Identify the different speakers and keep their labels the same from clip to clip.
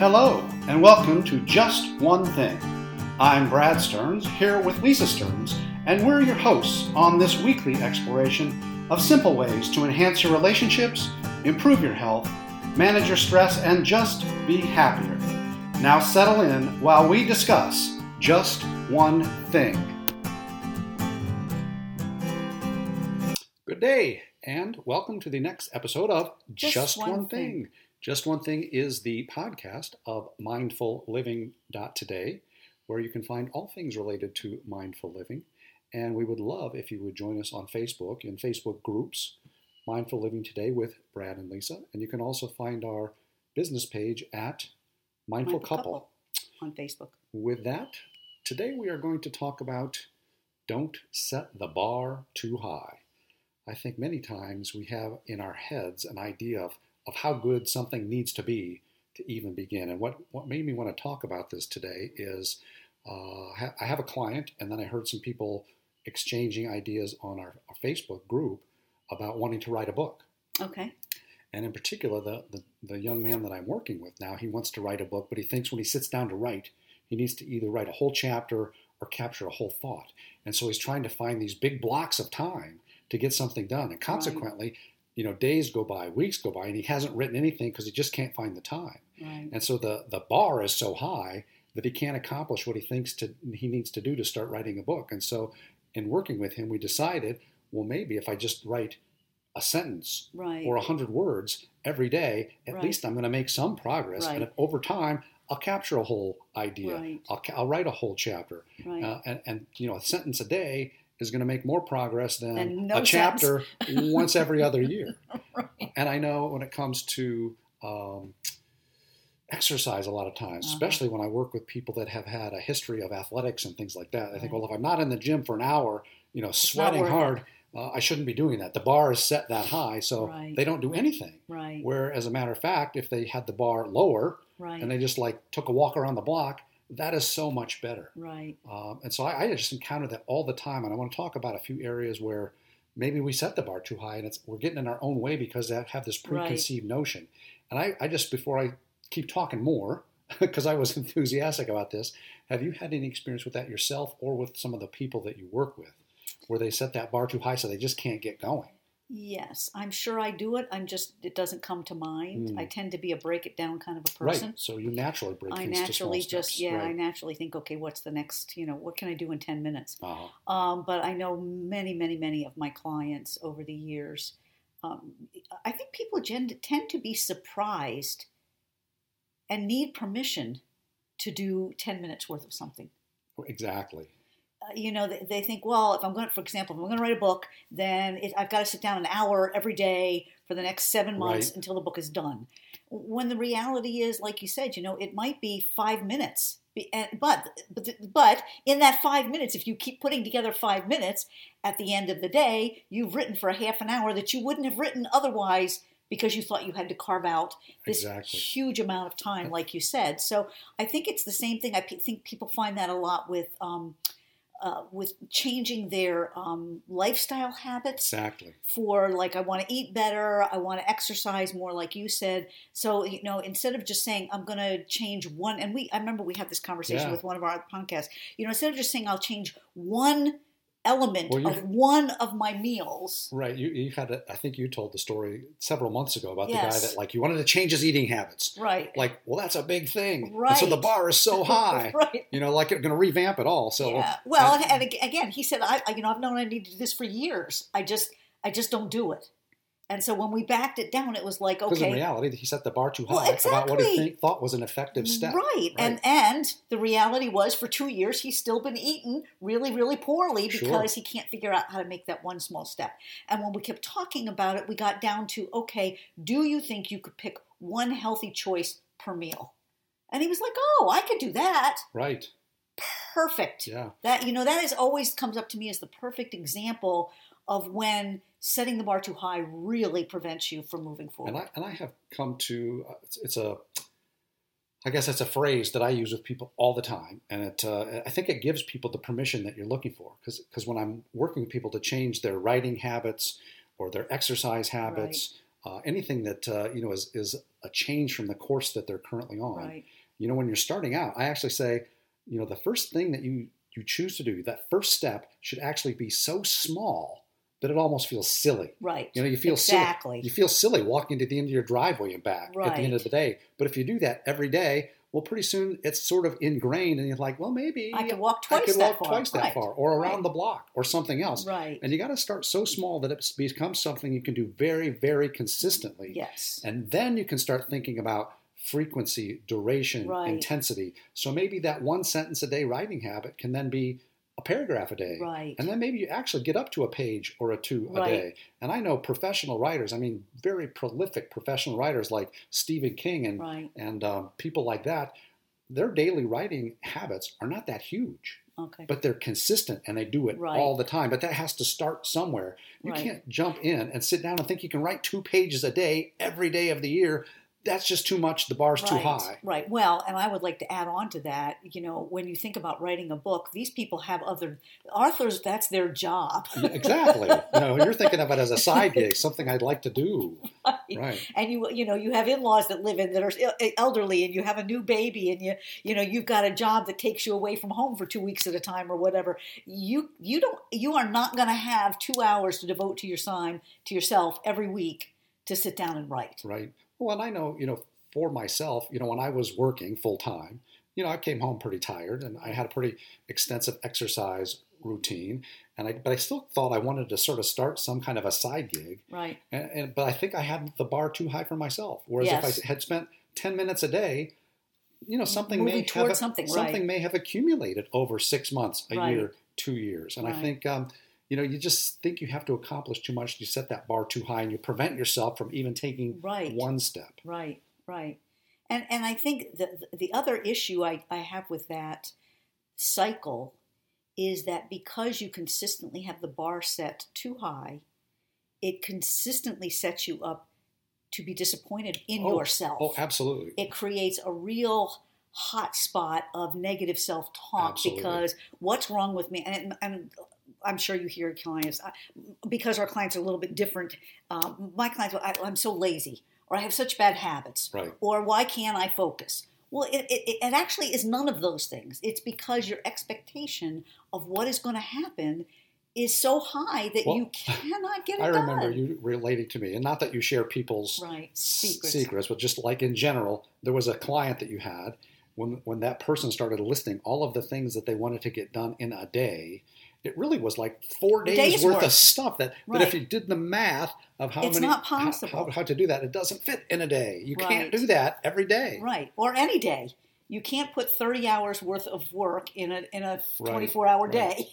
Speaker 1: Hello, and welcome to Just One Thing. I'm Brad Stearns, here with Lisa Stearns, and we're your hosts on this weekly exploration of simple ways to enhance your relationships, improve your health, manage your stress, and just be happier. Now settle in while we discuss Just One Thing. Good day, and welcome to the next episode of Just, One, Thing. Just One Thing is the podcast of Mindful Living Today, where you can find all things related to mindful living. And we would love if you would join us on Facebook in Facebook groups, Mindful Living Today with Brad and Lisa. And you can also find our business page at Mindful,
Speaker 2: Mindful
Speaker 1: Couple.
Speaker 2: Couple. on Facebook.
Speaker 1: With that, today we are going to talk about don't set the bar too high. I think many times we have in our heads an idea of, of how good something needs to be to even begin. And what, what made me want to talk about this today is uh, ha- I have a client, and then I heard some people exchanging ideas on our, our Facebook group about wanting to write a book.
Speaker 2: Okay.
Speaker 1: And in particular, the, the, the young man that I'm working with now, he wants to write a book, but he thinks when he sits down to write, he needs to either write a whole chapter or capture a whole thought. And so he's trying to find these big blocks of time to get something done. And consequently, you know, days go by, weeks go by, and he hasn't written anything because he just can't find the time.
Speaker 2: Right.
Speaker 1: And so the, the bar is so high that he can't accomplish what he thinks to, he needs to do to start writing a book. And so in working with him, we decided, well, maybe if I just write a sentence
Speaker 2: Right.
Speaker 1: or 100 words every day, at
Speaker 2: Right.
Speaker 1: least I'm going to make some progress. And
Speaker 2: Right.
Speaker 1: if over time, I'll capture a whole idea.
Speaker 2: Right.
Speaker 1: I'll, ca- I'll write a whole chapter.
Speaker 2: right.
Speaker 1: Uh, and, and, you know, a sentence a day is going to make more progress than
Speaker 2: Than no
Speaker 1: a chapter once every other year. And I know when it comes to um, exercise, a lot of times,
Speaker 2: Uh-huh.
Speaker 1: especially when I work with people that have had a history of athletics and things like that, I think,
Speaker 2: Right.
Speaker 1: well, if I'm not in the gym for an hour, you know,
Speaker 2: not
Speaker 1: sweating
Speaker 2: worth it.
Speaker 1: hard, uh, I shouldn't be doing that. The bar is set that high, so
Speaker 2: Right.
Speaker 1: they don't do anything.
Speaker 2: right.
Speaker 1: Where, as a matter of fact, if they had the bar lower
Speaker 2: Right.
Speaker 1: and they just like took a walk around the block, that is so much better.
Speaker 2: right.
Speaker 1: Um, and so I, I just encounter that all the time, and I want to talk about a few areas where maybe we set the bar too high, and it's we're getting in our own way because they have this
Speaker 2: Right.
Speaker 1: preconceived notion. And I, I just before I keep talking more, because I was enthusiastic about this, have you had any experience with that yourself or with some of the people that you work with, where they set that bar too high so they just can't get going?
Speaker 2: Yes. I'm sure I do it. I'm just it doesn't come to mind.
Speaker 1: Mm.
Speaker 2: I tend to be a break it down kind of a person.
Speaker 1: Right. So you naturally break
Speaker 2: I
Speaker 1: things to small
Speaker 2: naturally
Speaker 1: steps,
Speaker 2: just yeah, I
Speaker 1: right.
Speaker 2: naturally think, okay, what's the next, you know, what can I do in ten minutes?
Speaker 1: Uh-huh.
Speaker 2: Um, but I know many, many, many of my clients over the years. Um, I think people gen- tend to be surprised and need permission to do 10 minutes worth of something.
Speaker 1: Exactly.
Speaker 2: Uh, you know, they, they think, well, if I'm going to, for example, if I'm going to write a book, then it, I've got to sit down an hour every day for the next seven months
Speaker 1: Right.
Speaker 2: until the book is done. When the reality is, like you said, you know, it might be five minutes. Be- and- But, but but in that five minutes, if you keep putting together five minutes, at the end of the day, you've written for a half an hour that you wouldn't have written otherwise because you thought you had to carve out this
Speaker 1: Exactly.
Speaker 2: huge amount of time, like you said. So I think it's the same thing. I pe- think people find that a lot with um, uh, with changing their um, lifestyle habits
Speaker 1: Exactly.
Speaker 2: for like I want to eat better, I want to exercise more, like you said. So you know, instead of just saying I'm going to change one, and we I remember we had this conversation
Speaker 1: Yeah.
Speaker 2: with one of our podcasts. You know, instead of just saying I'll change one element
Speaker 1: Well, you-
Speaker 2: of one of my meals.
Speaker 1: Right. You, you had, a, I think you told the story several months ago about the guy
Speaker 2: Yes.
Speaker 1: that, like, you wanted to change his eating habits.
Speaker 2: Right.
Speaker 1: Like, well, that's a big thing. And so the
Speaker 2: Right.
Speaker 1: bar is so high.
Speaker 2: right.
Speaker 1: You know, like, it's going to revamp it all. So,
Speaker 2: yeah. Well, and, and ag- again, he said, I, I, you know, I've known I need to do this for years. I just, I just don't do it. And so when we backed it down, it was like,
Speaker 1: because in
Speaker 2: okay,
Speaker 1: reality, he set the bar too high
Speaker 2: Well,
Speaker 1: about what he
Speaker 2: exactly.
Speaker 1: think, thought was an effective step.
Speaker 2: right. And and the reality was, for two years, he's still been eating really, really poorly
Speaker 1: Sure.
Speaker 2: because he can't figure out how to make that one small step. And when we kept talking about it, we got down to, okay, do you think you could pick one healthy choice per meal? And he was like, oh, I could do that.
Speaker 1: Right.
Speaker 2: Perfect.
Speaker 1: Yeah.
Speaker 2: That you know that is always comes up to me as the perfect example of when setting the bar too high really prevents you from moving forward.
Speaker 1: And I, and I have come to, uh, it's, it's a, I guess that's a phrase that I use with people all the time, and it uh, I think it gives people the permission that you're looking for. Because when I'm working with people to change their writing habits or their exercise habits uh, anything that uh, you know is is a change from the course that they're currently on.
Speaker 2: Right.
Speaker 1: You know, when you're starting out, I actually say, you know, the first thing that you you choose to do, that first step, should actually be so small that it almost feels silly.
Speaker 2: Right.
Speaker 1: You know, you feel
Speaker 2: exactly.
Speaker 1: silly. You feel silly walking to the end of your driveway and back at the end of
Speaker 2: Right.
Speaker 1: the day. But if you do that every day, well, pretty soon it's sort of ingrained, and you're like, well, maybe
Speaker 2: I could walk
Speaker 1: I
Speaker 2: twice
Speaker 1: could
Speaker 2: that
Speaker 1: walk
Speaker 2: far.
Speaker 1: twice that
Speaker 2: right.
Speaker 1: far, or around
Speaker 2: Right.
Speaker 1: the block, or something else.
Speaker 2: Right.
Speaker 1: And you got to start so small that it becomes something you can do very, very consistently.
Speaker 2: yes.
Speaker 1: And then you can start thinking about frequency, duration,
Speaker 2: Right.
Speaker 1: intensity. So maybe that one sentence a day writing habit can then be a paragraph a day.
Speaker 2: right.
Speaker 1: And then maybe you actually get up to a page or a two a
Speaker 2: Right.
Speaker 1: day. And I know professional writers, I mean, very prolific professional writers like Stephen King and,
Speaker 2: right.
Speaker 1: and um, people like that, their daily writing habits are not that huge
Speaker 2: Okay.
Speaker 1: but they're consistent and they do it
Speaker 2: Right.
Speaker 1: all the time. But that has to start somewhere. You
Speaker 2: Right.
Speaker 1: can't jump in and sit down and think you can write two pages a day every day of the year. That's just too much. The bar's too high.
Speaker 2: Right. Well, and I would like to add on to that, you know, when you think about writing a book, these people have other authors, that's their job.
Speaker 1: exactly. No, you're thinking of it as a side gig, something I'd like to do. Right.
Speaker 2: And you you know, you have in-laws that live in that are el- elderly and you have a new baby and you you know, you've got a job that takes you away from home for 2 weeks at a time or whatever. You you don't you are not going to have 2 hours to devote to your sign to yourself every week to sit down and write.
Speaker 1: Right. Well, and I know, you know, for myself, you know, when I was working full time, you know, I came home pretty tired and I had a pretty extensive exercise routine. And I, but I still thought I wanted to sort of start some kind of a side gig.
Speaker 2: Right.
Speaker 1: And, and but I think I had the bar too high for myself. Whereas
Speaker 2: Yes.
Speaker 1: if I had spent ten minutes a day, you know, something
Speaker 2: Moving
Speaker 1: may have
Speaker 2: towards something, right.
Speaker 1: may have accumulated over six months, a
Speaker 2: Right.
Speaker 1: year, two years. And
Speaker 2: Right.
Speaker 1: I think um, you know, you just think you have to accomplish too much. You set that bar too high, and you prevent yourself from even taking
Speaker 2: Right.
Speaker 1: one step.
Speaker 2: Right, right. And and I think the the other issue I, I have with that cycle is that because you consistently have the bar set too high, it consistently sets you up to be disappointed in
Speaker 1: Oh,
Speaker 2: yourself.
Speaker 1: Oh, absolutely.
Speaker 2: it creates a real hot spot of negative self talk
Speaker 1: Absolutely.
Speaker 2: because what's wrong with me? And, and I'm sure you hear clients I, because our clients are a little bit different. Um, my clients, I, I'm so lazy, or I have such bad habits,
Speaker 1: Right.
Speaker 2: or why can't I focus? Well, it, it, it it actually is none of those things. It's because your expectation of what is going to happen is so high that
Speaker 1: Well,
Speaker 2: you cannot get it
Speaker 1: I remember
Speaker 2: done.
Speaker 1: you relating to me, and not that you share people's
Speaker 2: right.
Speaker 1: secrets.
Speaker 2: Secrets.
Speaker 1: secrets, but just like in general, there was a client that you had. When when that person started listing all of the things that they wanted to get done in a day, it really was like four days,
Speaker 2: Days
Speaker 1: worth,
Speaker 2: worth.
Speaker 1: of stuff. That but
Speaker 2: Right.
Speaker 1: if you did the math of how
Speaker 2: It's
Speaker 1: many
Speaker 2: not
Speaker 1: how-
Speaker 2: possible.
Speaker 1: How, how to do that, it doesn't fit in a day. You
Speaker 2: Right.
Speaker 1: can't do that every day.
Speaker 2: Right. Or any day. You can't put 30 hours worth of work in a, in a
Speaker 1: Right,
Speaker 2: 24 hour
Speaker 1: right.
Speaker 2: day.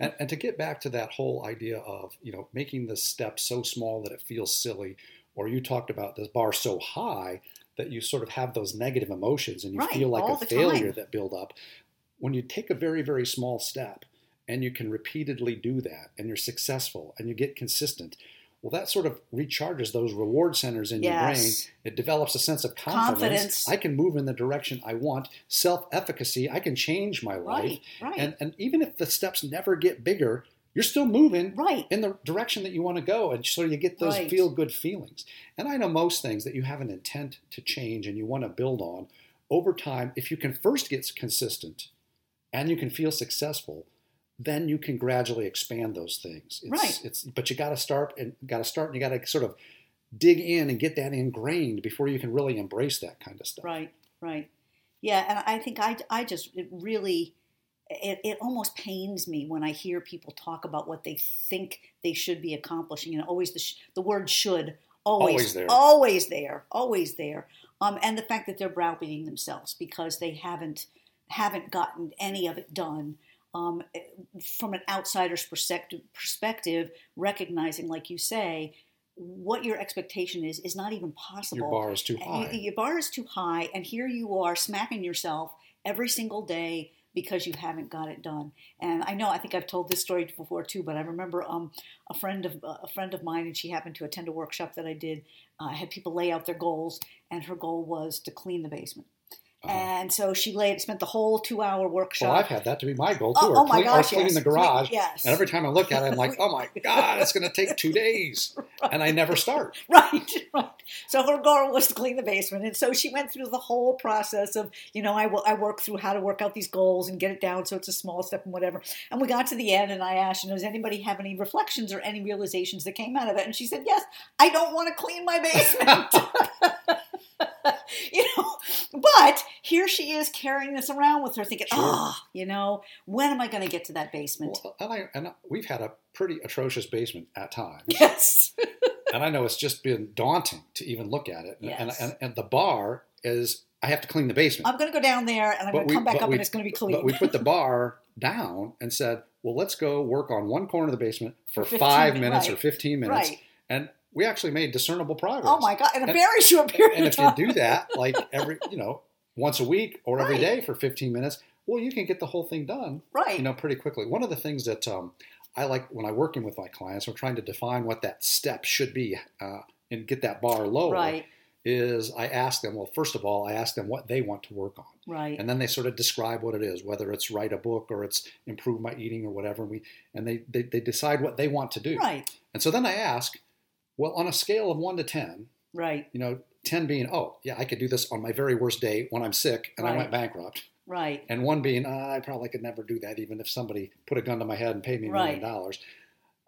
Speaker 1: And, and to get back to that whole idea of you know making the step so small that it feels silly, or you talked about this bar so high that you sort of have those negative emotions and you
Speaker 2: Right,
Speaker 1: feel like
Speaker 2: all
Speaker 1: a
Speaker 2: the
Speaker 1: failure
Speaker 2: time.
Speaker 1: that build up. When you take a very very small step and you can repeatedly do that and you're successful and you get consistent. Well, that sort of recharges those reward centers in your brain.
Speaker 2: Yes.
Speaker 1: It develops a sense of confidence.
Speaker 2: Confidence.
Speaker 1: I can move in the direction I want. Self efficacy. I can change my life.
Speaker 2: Right. Right.
Speaker 1: And, and even if the steps never get bigger, you're still moving
Speaker 2: right.
Speaker 1: in the direction that you want to go. And so you get those
Speaker 2: Right.
Speaker 1: feel good feelings. And I know most things that you have an intent to change and you want to build on over time. If you can first get consistent and you can feel successful, then you can gradually expand those things. It's,
Speaker 2: Right.
Speaker 1: It's, but you got to start and got to start and you got to sort of dig in and get that ingrained before you can really embrace that kind of stuff.
Speaker 2: Right. Right. Yeah. And I think I, I just it really, it, it almost pains me when I hear people talk about what they think they should be accomplishing. And always the, sh- the word should. Always,
Speaker 1: Always there.
Speaker 2: always there, always there, um, and the fact that they're browbeating themselves because they haven't haven't gotten any of it done um, from an outsider's perspective, perspective, recognizing, like you say, what your expectation is is not even possible.
Speaker 1: Your bar is too
Speaker 2: And
Speaker 1: high.
Speaker 2: you- your bar is too high, and here you are smacking yourself every single day because you haven't got it done. And I know, I think I've told this story before too, but I remember um, a friend of a friend of mine, and she happened to attend a workshop that I did. uh, I had people lay out their goals, and her goal was to clean the basement.
Speaker 1: Uh-huh.
Speaker 2: And so she laid, spent the whole two-hour workshop.
Speaker 1: Well, Oh, I've had that to be my goal too.
Speaker 2: oh,
Speaker 1: or
Speaker 2: oh my
Speaker 1: clean, or
Speaker 2: gosh,
Speaker 1: cleaning
Speaker 2: yes.
Speaker 1: the garage.
Speaker 2: Cle- yes.
Speaker 1: And every time I look at it, I'm like, oh my God, it's going to take two days. And I never start.
Speaker 2: Right, right. So her goal was to clean the basement, and so she went through the whole process of, you know, I wo- I work through how to work out these goals and get it down so it's a small step and whatever. And we got to the end, and I asked, you know, does anybody have any reflections or any realizations that came out of it? And she said, yes, I don't want to clean my basement. you know, but here she is carrying this around with her, thinking,
Speaker 1: Sure.
Speaker 2: ah, you know, when am I going to get to that basement?
Speaker 1: Well, and, I, and we've had a pretty atrocious basement at times.
Speaker 2: yes,
Speaker 1: and I know it's just been daunting to even look at it. And,
Speaker 2: Yes.
Speaker 1: and, and, and the bar is, I have to clean the basement.
Speaker 2: I'm going to go down there, and
Speaker 1: But
Speaker 2: I'm
Speaker 1: we-
Speaker 2: going to come back
Speaker 1: but
Speaker 2: up,
Speaker 1: we-
Speaker 2: and it's going to be clean.
Speaker 1: But we put the bar down and said, well, let's go work on one corner of the basement for,
Speaker 2: 15
Speaker 1: five
Speaker 2: minutes,
Speaker 1: minutes or
Speaker 2: right.
Speaker 1: 15 minutes.
Speaker 2: Right.
Speaker 1: And we actually made discernible progress.
Speaker 2: Oh my god! In a
Speaker 1: And-
Speaker 2: very short period
Speaker 1: and
Speaker 2: of
Speaker 1: if you
Speaker 2: time.
Speaker 1: do that, like every, you know, once a week or every
Speaker 2: Right.
Speaker 1: day for 15 minutes, well, you can get the whole thing done,
Speaker 2: right?
Speaker 1: you know, pretty quickly. One of the things that um, I like when I'm working with my clients, we're trying to define what that step should be uh, and get that bar lower.
Speaker 2: right,
Speaker 1: Is I ask them, well, first of all, I ask them what they want to work on.
Speaker 2: right,
Speaker 1: And then they sort of describe what it is, whether it's write a book or it's improve my eating or whatever. And, we, and they, they, they decide what they want to do.
Speaker 2: right,
Speaker 1: And so then I ask, well, on a scale of one to 10,
Speaker 2: right,
Speaker 1: you know, 10 being, oh, yeah, I could do this on my very worst day when I'm sick and I
Speaker 2: Right.
Speaker 1: went bankrupt.
Speaker 2: right,
Speaker 1: And one being, uh, I probably could never do that even if somebody put a gun to my head and paid me a
Speaker 2: Right.
Speaker 1: million dollars.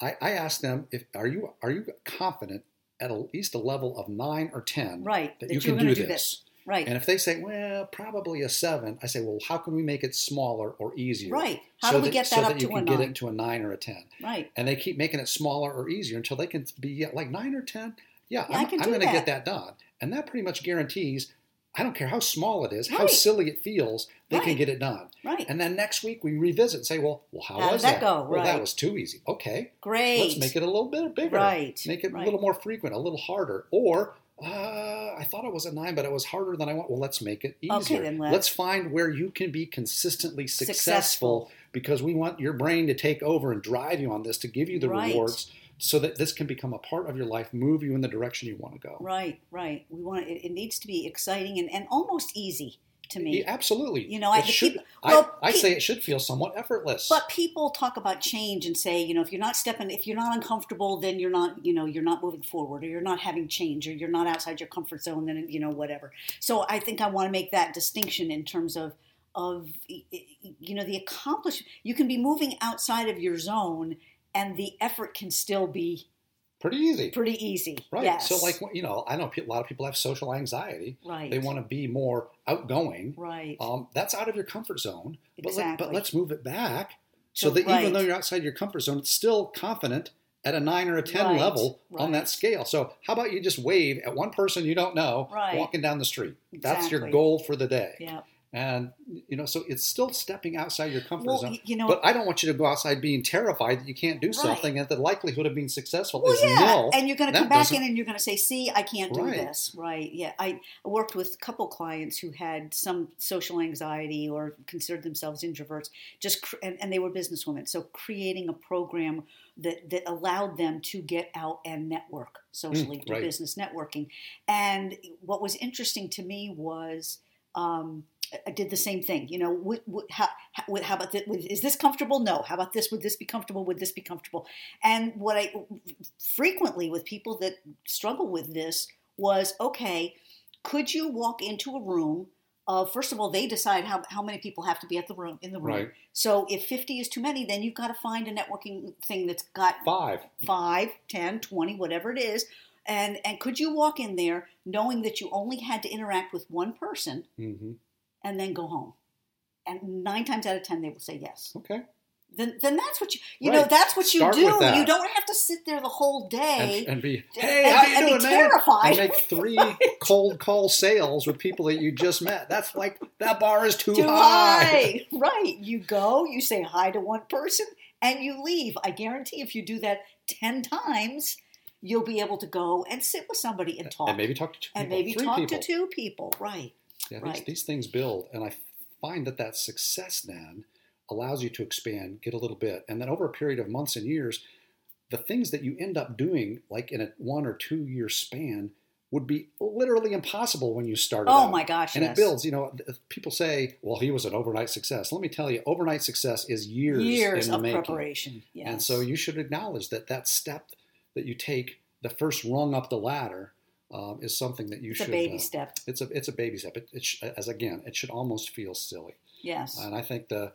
Speaker 1: I, I asked them, if are you are you confident at at least a level of nine or 10
Speaker 2: right.
Speaker 1: that,
Speaker 2: That
Speaker 1: you
Speaker 2: you're
Speaker 1: can
Speaker 2: gonna
Speaker 1: do
Speaker 2: do
Speaker 1: this?
Speaker 2: this. right,
Speaker 1: And if they say, well, probably a seven, I say, well, how can we make it smaller or easier?
Speaker 2: right. How
Speaker 1: so
Speaker 2: do we
Speaker 1: that,
Speaker 2: get that
Speaker 1: so
Speaker 2: up
Speaker 1: that
Speaker 2: to
Speaker 1: you
Speaker 2: a
Speaker 1: can get
Speaker 2: nine?
Speaker 1: it to a nine or a 10?
Speaker 2: Right,
Speaker 1: and they keep making it smaller or easier until they can be at like nine or ten. Yeah,
Speaker 2: Yeah, I
Speaker 1: I'm,
Speaker 2: can
Speaker 1: I'm
Speaker 2: do
Speaker 1: going to
Speaker 2: that.
Speaker 1: get that done, and that pretty much guarantees. I don't care how small it is, how
Speaker 2: Right.
Speaker 1: silly it feels, they can
Speaker 2: Right.
Speaker 1: get it done.
Speaker 2: right.
Speaker 1: And then next week we revisit and say, well, well, how,
Speaker 2: How
Speaker 1: was
Speaker 2: did that go?
Speaker 1: Well, that
Speaker 2: Right.
Speaker 1: was too easy. Okay,
Speaker 2: Great.
Speaker 1: let's make it a little bit bigger.
Speaker 2: Right.
Speaker 1: Make it
Speaker 2: right.
Speaker 1: a little more frequent, a little harder, or. Uh, I thought it was a nine, but it was harder than I want. Well, let's make it easier.
Speaker 2: Okay, then let's-
Speaker 1: let's find where you can be consistently successful
Speaker 2: Successful.
Speaker 1: because we want your brain to take over and drive you on this to give you the
Speaker 2: Right.
Speaker 1: rewards so that this can become a part of your life, move you in the direction you want to go.
Speaker 2: Right, right. We want it. It needs to be exciting and, and almost easy to me.
Speaker 1: Yeah, absolutely.
Speaker 2: You know, I-
Speaker 1: It
Speaker 2: the
Speaker 1: should,
Speaker 2: peop- well,
Speaker 1: I, I
Speaker 2: pe-
Speaker 1: say it should feel somewhat effortless.
Speaker 2: But people talk about change and say, you know, if you're not stepping, if you're not uncomfortable, then you're not, you know, you're not moving forward, or you're not having change, or you're not outside your comfort zone, then you know, whatever. So I think I want to make that distinction in terms of, of, you know, the accomplishment. You can be moving outside of your zone, and the effort can still be
Speaker 1: Pretty easy.
Speaker 2: pretty easy.
Speaker 1: Right.
Speaker 2: Yes.
Speaker 1: So, like, you know, I know pe- a lot of people have social anxiety.
Speaker 2: right,
Speaker 1: They want to be more outgoing.
Speaker 2: right,
Speaker 1: Um, that's out of your comfort zone. But, let,
Speaker 2: Exactly.
Speaker 1: but let's move it back so
Speaker 2: To
Speaker 1: that even
Speaker 2: right.
Speaker 1: though you're outside your comfort zone, it's still confident at a nine or a 10
Speaker 2: Right,
Speaker 1: level on
Speaker 2: right.
Speaker 1: that scale. So, how about you just wave at one person you don't know
Speaker 2: Right.
Speaker 1: walking down the street? That's your
Speaker 2: Exactly.
Speaker 1: goal for the day.
Speaker 2: yeah.
Speaker 1: And, you know, so it's still stepping outside your comfort
Speaker 2: Well,
Speaker 1: zone.
Speaker 2: you know,
Speaker 1: But I don't want you to go outside being terrified that you can't do
Speaker 2: Right.
Speaker 1: something and that the likelihood of being successful
Speaker 2: Well,
Speaker 1: is
Speaker 2: yeah,
Speaker 1: nil.
Speaker 2: and you're going to
Speaker 1: That
Speaker 2: come back
Speaker 1: doesn't-
Speaker 2: in and you're going to say, "See, I can't do
Speaker 1: Right.
Speaker 2: this." Right? Yeah, I worked with a couple clients who had some social anxiety or considered themselves introverts, just cr- and, and they were businesswomen. So creating a program that that allowed them to get out and network socially, do
Speaker 1: Mm, right.
Speaker 2: business networking. And what was interesting to me was. Um, I did the same thing, you know. Would, would, how, how, would- how about this? Would, is this comfortable? No. How about this? Would this be comfortable? Would this be comfortable? And what I frequently with people that struggle with this was okay, could you walk into a room? Uh, first of all, they decide how, how many people have to be at the room in the room.
Speaker 1: Right.
Speaker 2: So if 50 is too many, then you've got to find a networking thing that's got
Speaker 1: Five.
Speaker 2: Five, ten, twenty, whatever it is. And, and could you walk in there knowing that you only had to interact with one person
Speaker 1: hmm
Speaker 2: and then go home? And nine times out of 10, they will say yes
Speaker 1: Okay.
Speaker 2: then then that's what you you know
Speaker 1: Right.
Speaker 2: that's what you
Speaker 1: Start
Speaker 2: do.
Speaker 1: with that.
Speaker 2: You don't have to sit there the whole day.
Speaker 1: and, and be
Speaker 2: and-
Speaker 1: hey, how you
Speaker 2: and be
Speaker 1: doing, man?
Speaker 2: terrified.
Speaker 1: And make three cold call sales with people that you just met. That's like that bar is too,
Speaker 2: Too
Speaker 1: high.
Speaker 2: high. right? You go, you say hi to one person, and you leave. I guarantee if you do that ten times, you'll be able to go and sit with somebody and talk,
Speaker 1: And maybe talk to two
Speaker 2: and
Speaker 1: people,
Speaker 2: maybe
Speaker 1: three
Speaker 2: talk
Speaker 1: people.
Speaker 2: to two people. Right?
Speaker 1: Yeah, these,
Speaker 2: right.
Speaker 1: these things build, and I find that that success then allows you to expand, get a little bit, and then over a period of months and years, the things that you end up doing, like in a one or two year span, would be literally impossible when you started.
Speaker 2: Oh
Speaker 1: out.
Speaker 2: my gosh,
Speaker 1: And
Speaker 2: yes.
Speaker 1: it builds. You know, th- people say, "Well, he was an overnight success." Let me tell you, overnight success is years,
Speaker 2: years
Speaker 1: in the
Speaker 2: of
Speaker 1: making.
Speaker 2: preparation. Yes.
Speaker 1: And so you should acknowledge that that step that you take, the first rung up the ladder, um, is something that you
Speaker 2: it's
Speaker 1: should.
Speaker 2: a baby
Speaker 1: uh,
Speaker 2: step.
Speaker 1: It's a it's a baby step. It, it sh- as again, it should almost feel silly.
Speaker 2: Yes.
Speaker 1: And I think the,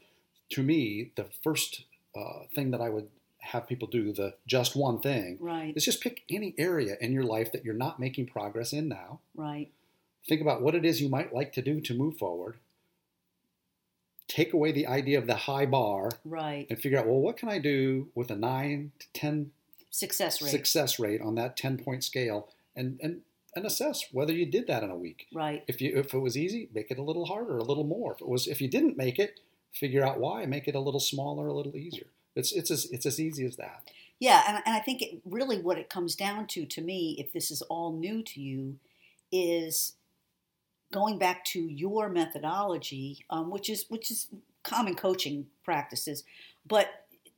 Speaker 1: to me, the first uh, thing that I would have people do, the just one thing,
Speaker 2: right.
Speaker 1: is just pick any area in your life that you're not making progress in now.
Speaker 2: Right.
Speaker 1: Think about what it is you might like to do to move forward. Take away the idea of the high bar
Speaker 2: Right.
Speaker 1: and figure out, well, what can I do with a nine to 10
Speaker 2: Success rate.
Speaker 1: success rate on that 10 point scale and, and, and assess whether you did that in a week.
Speaker 2: Right.
Speaker 1: If you if it was easy, make it a little harder, a little more. If it was if you didn't make it, figure out why, make it a little smaller, a little easier. It's it's as it's as easy as that.
Speaker 2: Yeah, and, and I think it, really what it comes down to, to me, if this is all new to you, is going back to your methodology, um, which is which is common coaching practices, but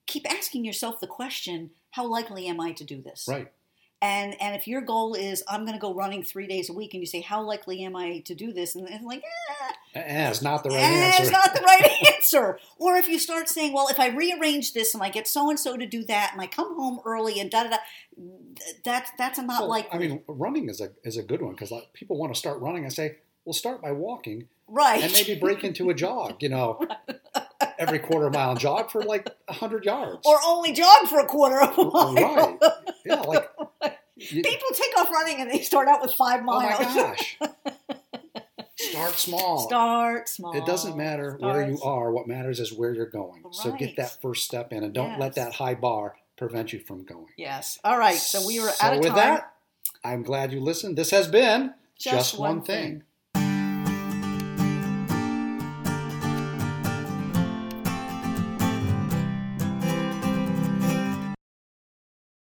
Speaker 2: keep asking yourself the question: How likely am I to do this?
Speaker 1: Right.
Speaker 2: And and if your goal is I'm going to go running three days a week, and you say, How likely am I to do this? And it's like, eh,
Speaker 1: Eh, eh, It's not the right
Speaker 2: Eh,
Speaker 1: answer.
Speaker 2: It's not the right answer. Or if you start saying, well, if I rearrange this and I get so and so to do that and I come home early and da da da, th- that's that's not
Speaker 1: Well,
Speaker 2: like
Speaker 1: I mean, running is a is a good one because like, people want to start running. I say, well, start by walking
Speaker 2: right.
Speaker 1: and maybe break into a jog. You know, every quarter mile jog for like hundred yards.
Speaker 2: or only jog for a quarter of a mile.
Speaker 1: right? Yeah, like you-
Speaker 2: People take off running and they start out with five
Speaker 1: oh my
Speaker 2: miles.
Speaker 1: gosh. Start small.
Speaker 2: Start small.
Speaker 1: It doesn't matter where you
Speaker 2: Start-
Speaker 1: are. What matters is where you're going. So
Speaker 2: Right.
Speaker 1: get that first step in, and don't
Speaker 2: Yes.
Speaker 1: let that high bar prevent you from going.
Speaker 2: Yes. All right. So we are
Speaker 1: So
Speaker 2: out of
Speaker 1: with
Speaker 2: time.
Speaker 1: that, I'm glad you listened. This has been
Speaker 2: Just One Thing.